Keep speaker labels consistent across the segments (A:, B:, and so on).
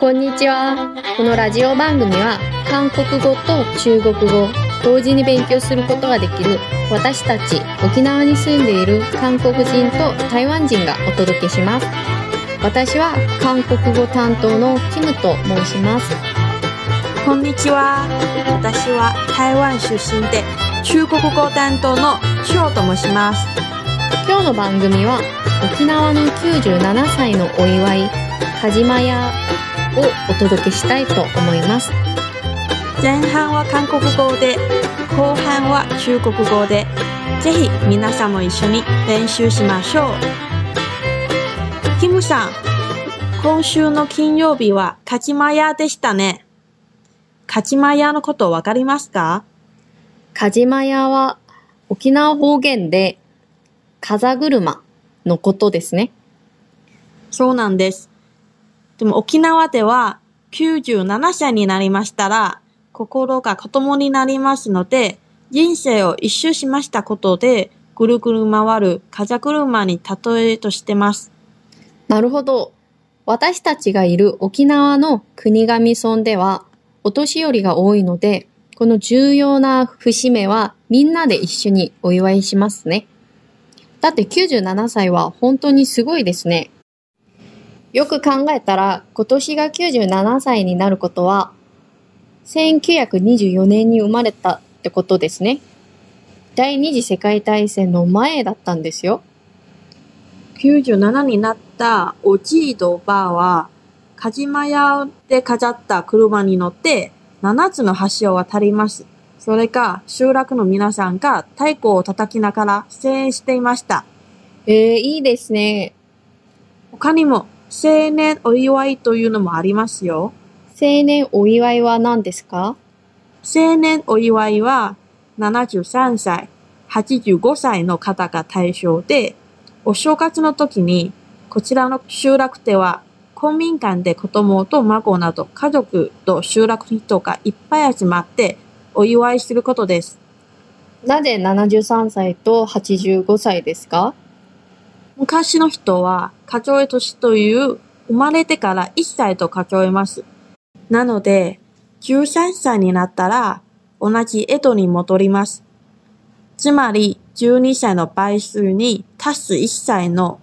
A: こんにちは。このラジオ番組は韓国語と中国語同時に勉強することができる私たち沖縄に住んでいる韓国人と台湾人がお届けします。私は韓国語担当のキムと申します。
B: こんにちは。私は台湾出身で中国語担当のショウと申します。
A: 今日の番組は沖縄の97歳のお祝いカジマヤをお届けしたいと思います。
B: 前半は韓国語で、後半は中国語で、ぜひ皆さんも一緒に練習しましょう。キムさん、今週の金曜日はカチマヤでしたね。カチマヤのことわかりますか
A: カジマヤは沖縄方言で風車のことですね。
B: そうなんです。でも沖縄では97歳になりましたら、心が子供になりますので、人生を一周しましたことで、ぐるぐる回る風車に例えとしてます。
A: なるほど。私たちがいる沖縄の国頭村ではお年寄りが多いので、この重要な節目はみんなで一緒にお祝いしますね。だって97歳は本当にすごいですね。よく考えたら今年が97歳になることは1924年に生まれたってことですね。第二次世界大戦の前だったんですよ。
B: 97になったおじいとおばあは、カジマ屋で飾った車に乗って、7つの橋を渡ります。それが集落の皆さんが太鼓を叩きながら声援していました。
A: えー、いいですね。
B: 他にも、青年お祝いというのもありますよ。
A: 青年お祝いは何ですか
B: 青年お祝いは、73歳、85歳の方が対象で、お正月の時に、こちらの集落では、公民館で子供と孫など家族と集落人がいっぱい集まって、お祝いすることです。
A: なぜ73歳と85歳ですか
B: 昔の人は、数え年という、生まれてから1歳と数えます。なので、13歳になったら、同じ江戸に戻ります。つまり、12歳の倍数に足す1歳の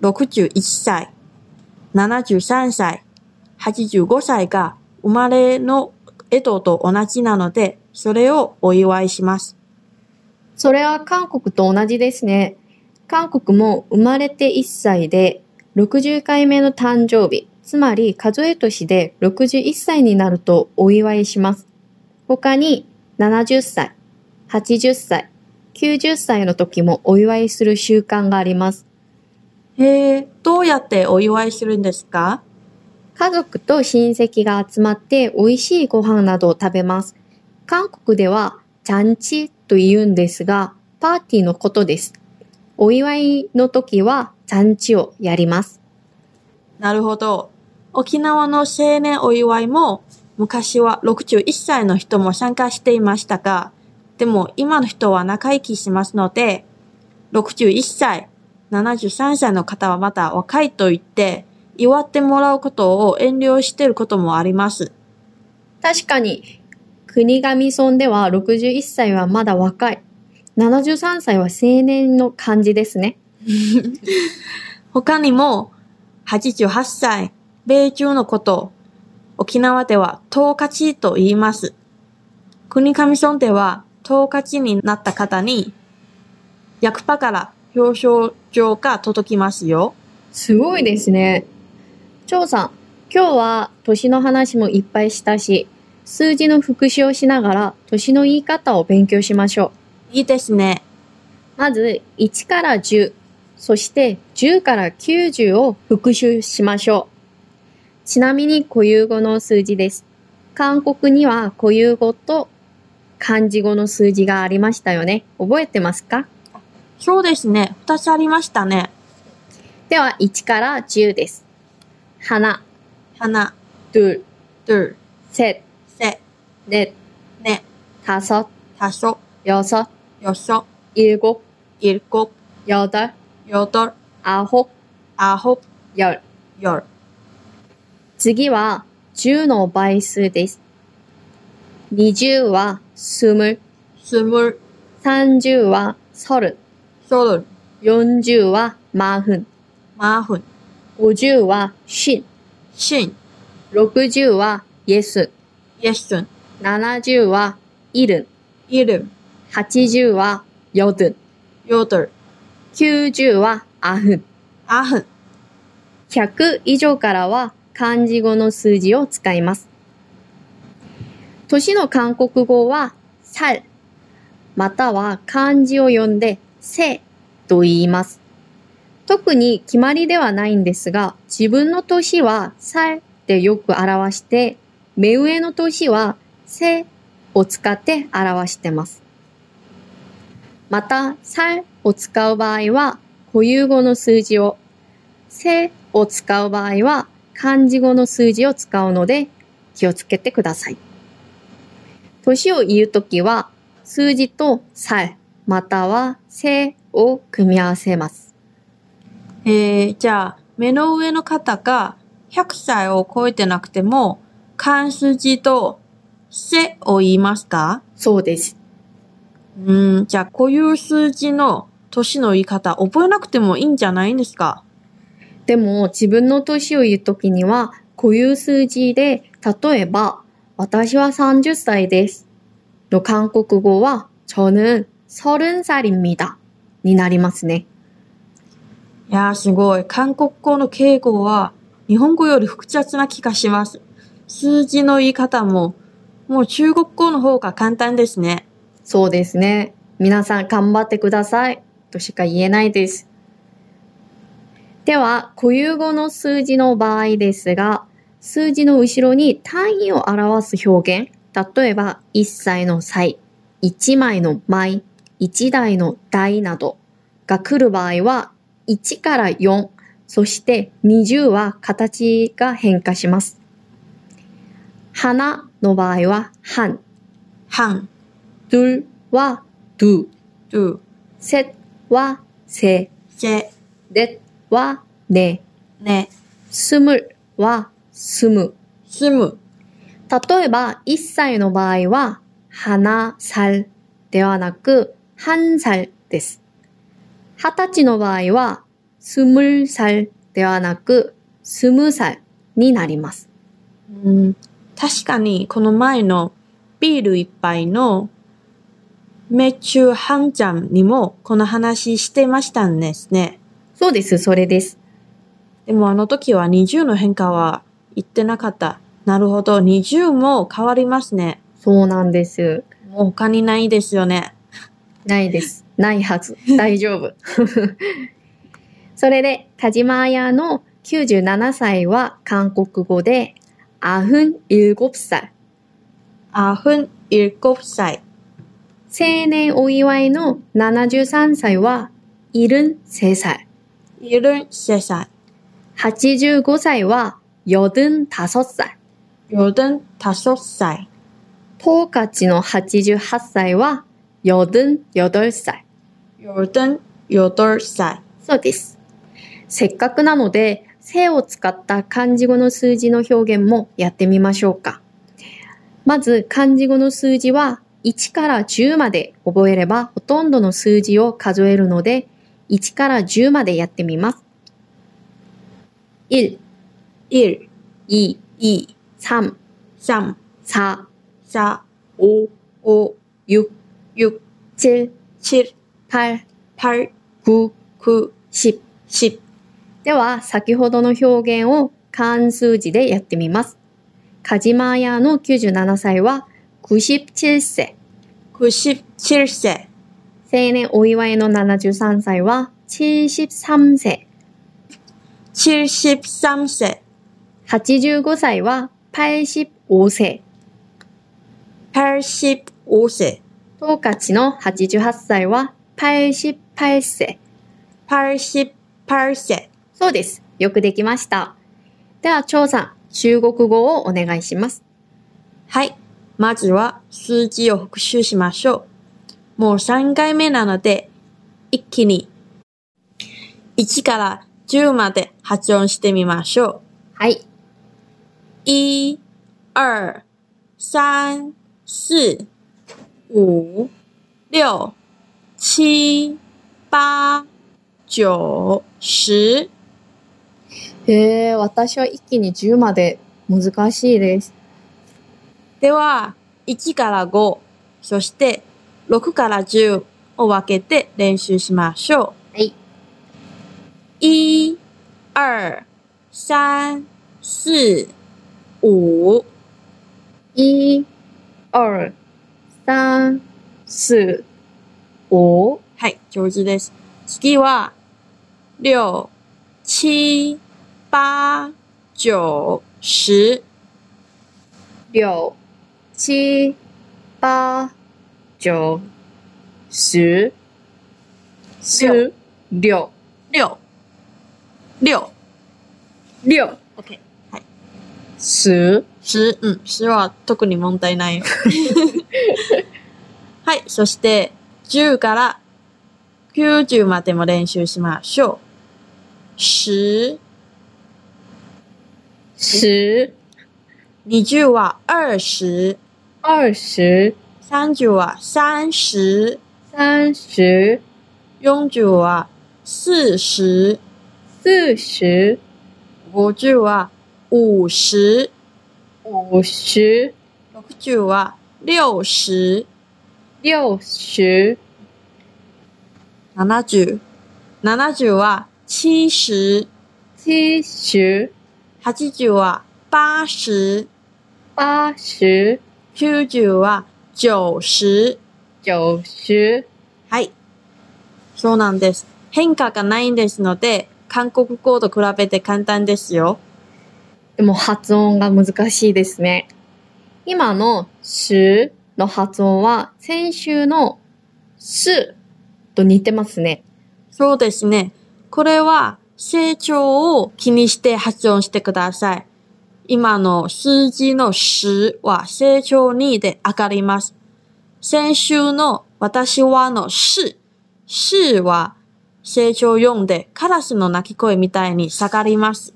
B: 61歳、73歳、85歳が生まれの江戸と同じなので、それをお祝いします。
A: それは韓国と同じですね。韓国も生まれて1歳で60回目の誕生日、つまり数え年で61歳になるとお祝いします。他に70歳、80歳、90歳の時もお祝いする習慣があります。
B: へえ、どうやってお祝いするんですか
A: 家族と親戚が集まって美味しいご飯などを食べます。韓国では、ちゃんちと言うんですが、パーティーのことです。お祝いの時は、ちゃんちをやります。
B: なるほど。沖縄の青年お祝いも、昔は61歳の人も参加していましたが、でも今の人は長生きしますので、61歳、73歳の方はまだ若いと言って、祝ってもらうことを遠慮していることもあります。
A: 確かに、国頭村では61歳はまだ若い。73歳は青年の感じですね。
B: 他にも、88歳、米中のこと、沖縄では、統括と言います。国頭村では、統括になった方に、役場から表彰状が届きますよ。
A: すごいですね。張さん、今日は年の話もいっぱいしたし、数字の復習をしながら年の言い方を勉強しましょ
B: いいですね。
A: う。まず、1から10、そして10から90を復習しましょう。ちなみに固有語の数字です。韓国には固有語と漢字語の数字がありましたよね。覚えてますか
B: そうですね。二つありましたね。
A: では、1から10です。花、
B: 花、
A: 둘、
B: どる、
A: 셋、
B: せ、
A: 넷、
B: ね、
A: 다섯、
B: たそ、
A: 여섯
B: よそ、
A: 일곱,
B: いるこ、
A: 여덟,
B: よどる、
A: 아홉,
B: あほ、
A: 열.
B: よる。
A: 次は10の倍数です。20は20、
B: スム、
A: 30は30、
B: ソル、
A: 40はマフ
B: マフン、
A: 50はシ
B: シン、
A: ン、60はイエス、
B: イエスン、
A: 70はイルン、
B: イルン、
A: 80はヨドゥン、
B: ヨドル、
A: 90はアフン。
B: アフン。
A: 100以上からは漢字語の数字を使います。年の韓国語は、さる、または漢字を読んで、せと言います。特に決まりではないんですが、自分の年は、さでよく表して、目上の年は、せを使って表してます。また、さを使う場合は、固有語の数字をせを使う場合は漢字語の数字を使うので気をつけてください。年を言うときは数字と歳またはせを組み合わせます。
B: えー、じゃあ、目の上の方が100歳を超えてなくても、漢数字とせを言いますか
A: そうです。
B: うーん、じゃあ、こういう数字の年の言い方覚えなくてもいいんじゃないんですか
A: でも自分の年を言うときには固有数字で例えば私は30歳ですの韓国語は저는30살입니다になりますね。
B: いやーすごい。韓国語の敬語は日本語より複雑な気がします。数字の言い方も、もう中国語の方が簡単ですね。
A: そうですね。皆さん頑張ってください。としか言えないです。では、固有語の数字の場合ですが、数字の後ろに単位を表す表現、例えば、一歳の歳、一枚の枚、一台の台などが来る場合は、1から4、そして20は形が変化します。花の場合は、はん、
B: ハン、
A: 둘は、どゥ
B: ドゥ、
A: 셋 와 세,
B: セ、
A: 넷 와 네,
B: ね、
A: 스물 와 스무.
B: 住む、
A: 例えば、1歳の場合は、花살ではなく、半살です。二十歳の場合は、スムル살ではなく、スム歳になります。
B: うん。確かに、この前のビール一杯のメチューハンジャンにもこの話してましたんですね。
A: そうです、それです。
B: でもあの時は20の変化は言ってなかった。なるほど。20も変わりますね。
A: そうなんです。
B: もう他にないですよね。
A: ないです。ないはず。大丈夫。 それで、田島綾の97歳は韓国語で、アフン7歳。
B: あふん、いるこ歳。
A: 青年お祝いの73歳は、イルン3歳。
B: いるんせ歳。
A: 85歳は、ヨドン5歳。
B: よどんたそ歳。
A: トーカチの88歳は、ヨドン8歳。
B: よどんよど歳。
A: そうです。せっかくなので、性を使った漢字語の数字の表現もやってみましょうか。まず、漢字語の数字は1から10まで覚えればほとんどの数字を数えるので、1から10までやってみます。1、
B: いる、
A: 2、
B: い、
A: 3、
B: さん、
A: 4、
B: さ、
A: 5、
B: お、
A: 6、
B: ゆ、
A: 7、
B: ち、
A: 8、
B: ぱる、
A: 9、
B: く、
A: 10。
B: し、
A: では、先ほどの表現を漢数字でやってみます。カジマヤの97歳は97世。
B: くし、ちるせ、
A: 青年お祝いの73歳は73世。
B: ちるし三世、
A: 85歳は85世。
B: ぱるしおせ、
A: トーカチの88歳は88世。
B: ぱるしぱるせ。
A: そうです。よくできました。では、張さん、中国語をお願いします。
B: はい。まずは数字を復習しましょう。もう3回目なので、一気に1から10まで発音してみましょ
A: はい。
B: う。い、二、三、四、五、六、七、八、九、十。
A: へえ、私は一気に10まで難しいです。
B: では、1から5、そして6から10を分けて練習しましょう。
A: はい。
B: 一、二、三、四、五、
A: 一、二、三、四、五、
B: はい、上手です。次は、六、七、八、九、十。
A: 六、七、八、九、十、十、六、
B: 六、六、
A: 六、
B: OK。
A: 十。
B: 十、うん、十は特に問題ないよ。はい、そして、10から90までも練習しましょう。10、
A: 十、
B: 20は20、
A: 二十、
B: 30は30、
A: 三十、
B: 40は40、
A: 四十、
B: 50は50、
A: 五十、
B: 60は60、
A: 六十、
B: 70、70は70、
A: 七十、
B: 80は80、
A: 八十、
B: 90は90。
A: 九十。
B: はい。そうなんです。変化がないんですので、韓国語と比べて簡単ですよ。
A: でも発音が難しいですね。今のすの発音は先週のすと似てますね。
B: そうですね。これは成長を気にして発音してください。今の数字の10は成長2で上がります。先週の私はの4、4は成長4でカラスの鳴き声みたいに下がります。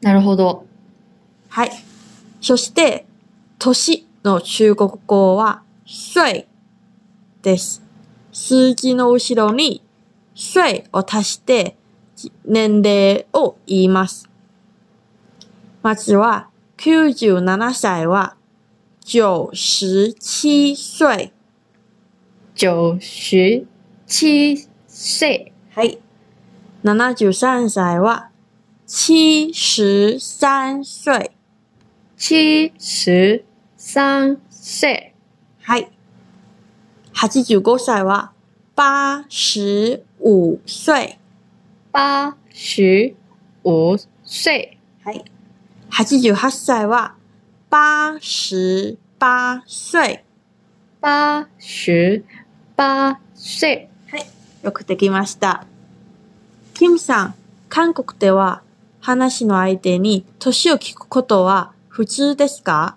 A: なるほど。
B: はい。そして、年の中国語は、岁です。数字の後ろに、岁を足して、じ年齢を言います。まずは、97歳は、97歳。
A: 九十七岁。
B: はい。73歳は、73歳。
A: 七十三岁。
B: はい。85歳は85歳。
A: 八十五岁。
B: はい。88歳は88歳。
A: 八十八岁。
B: はい。よくできました。キムさん、韓国では話の相手に年を聞くことは普通ですか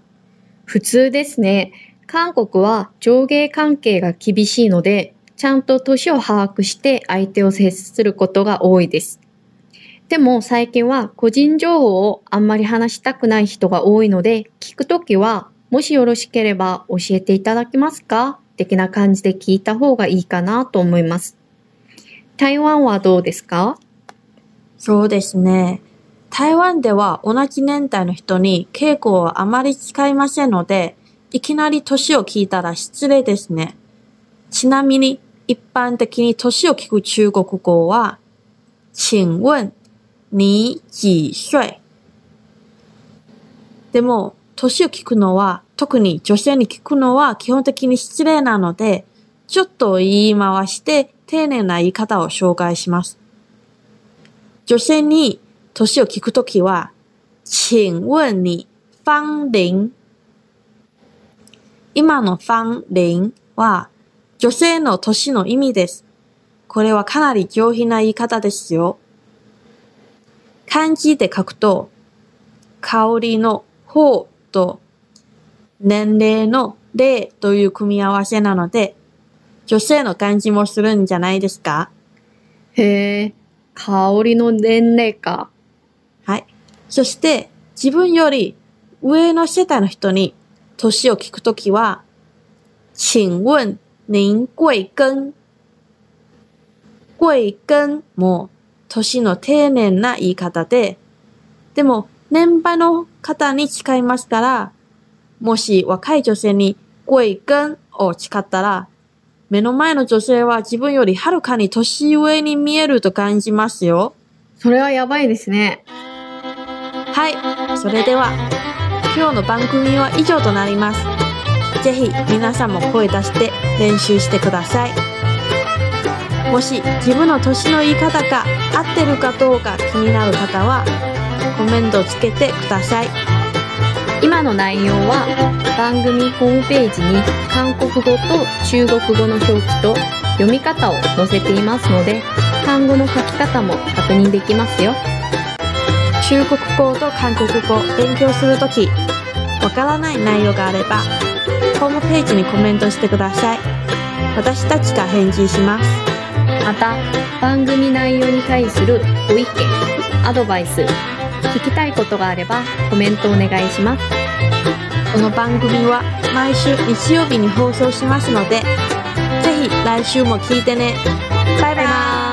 A: 普通ですね。韓国は上下関係が厳しいので、ちゃんと年を把握して相手を接することが多いです。でも最近は個人情報をあんまり話したくない人が多いので、聞くときは、もしよろしければ教えていただけますか的な感じで聞いた方がいいかなと思います。台湾はどうですか
B: そうですね。台湾では同じ年代の人に敬語をあまり使いませんので、いきなり年を聞いたら失礼ですね。ちなみに、一般的に年を聞く中国語は、请问、你几岁でも、年を聞くのは、特に女性に聞くのは基本的に失礼なので、ちょっと言い回して丁寧な言い方を紹介します。女性に年を聞くときは、请问你芳龄今の芳龄は女性の年の意味です。これはかなり上品な言い方ですよ。漢字で書くと、香りの方と年齢の例という組み合わせなので、女性の漢字もするんじゃないですか
A: へえ、香りの年齢か。
B: はい。そして、自分より上の世代の人に年を聞くときは、请问您贵庚贵庚も年の丁寧な言い方で、でも年配の方に使いますから、もし若い女性に贵庚を使ったら、目の前の女性は自分よりはるかに年上に見えると感じますよ。
A: それはやばいですね。
B: はい、それでは今日の番組は以上となります。ぜひ皆さんも声出して練習してください。もし自分の年の言い方が合ってるかどうか気になる方はコメントつけてください。
A: 今の内容は番組ホームページに韓国語と中国語の表記と読み方を載せていますので単語の書き方も確認できますよ。
B: 中国語と韓国語を勉強するとき、わからない内容があれば、ホームページにコメントしてください。私たちが返事します。
A: また番組内容に対するご意見アドバイス聞きたいことがあればコメントお願いします。
B: この番組は毎週日曜日に放送しますので、ぜひ来週も聞いてね。バイバイ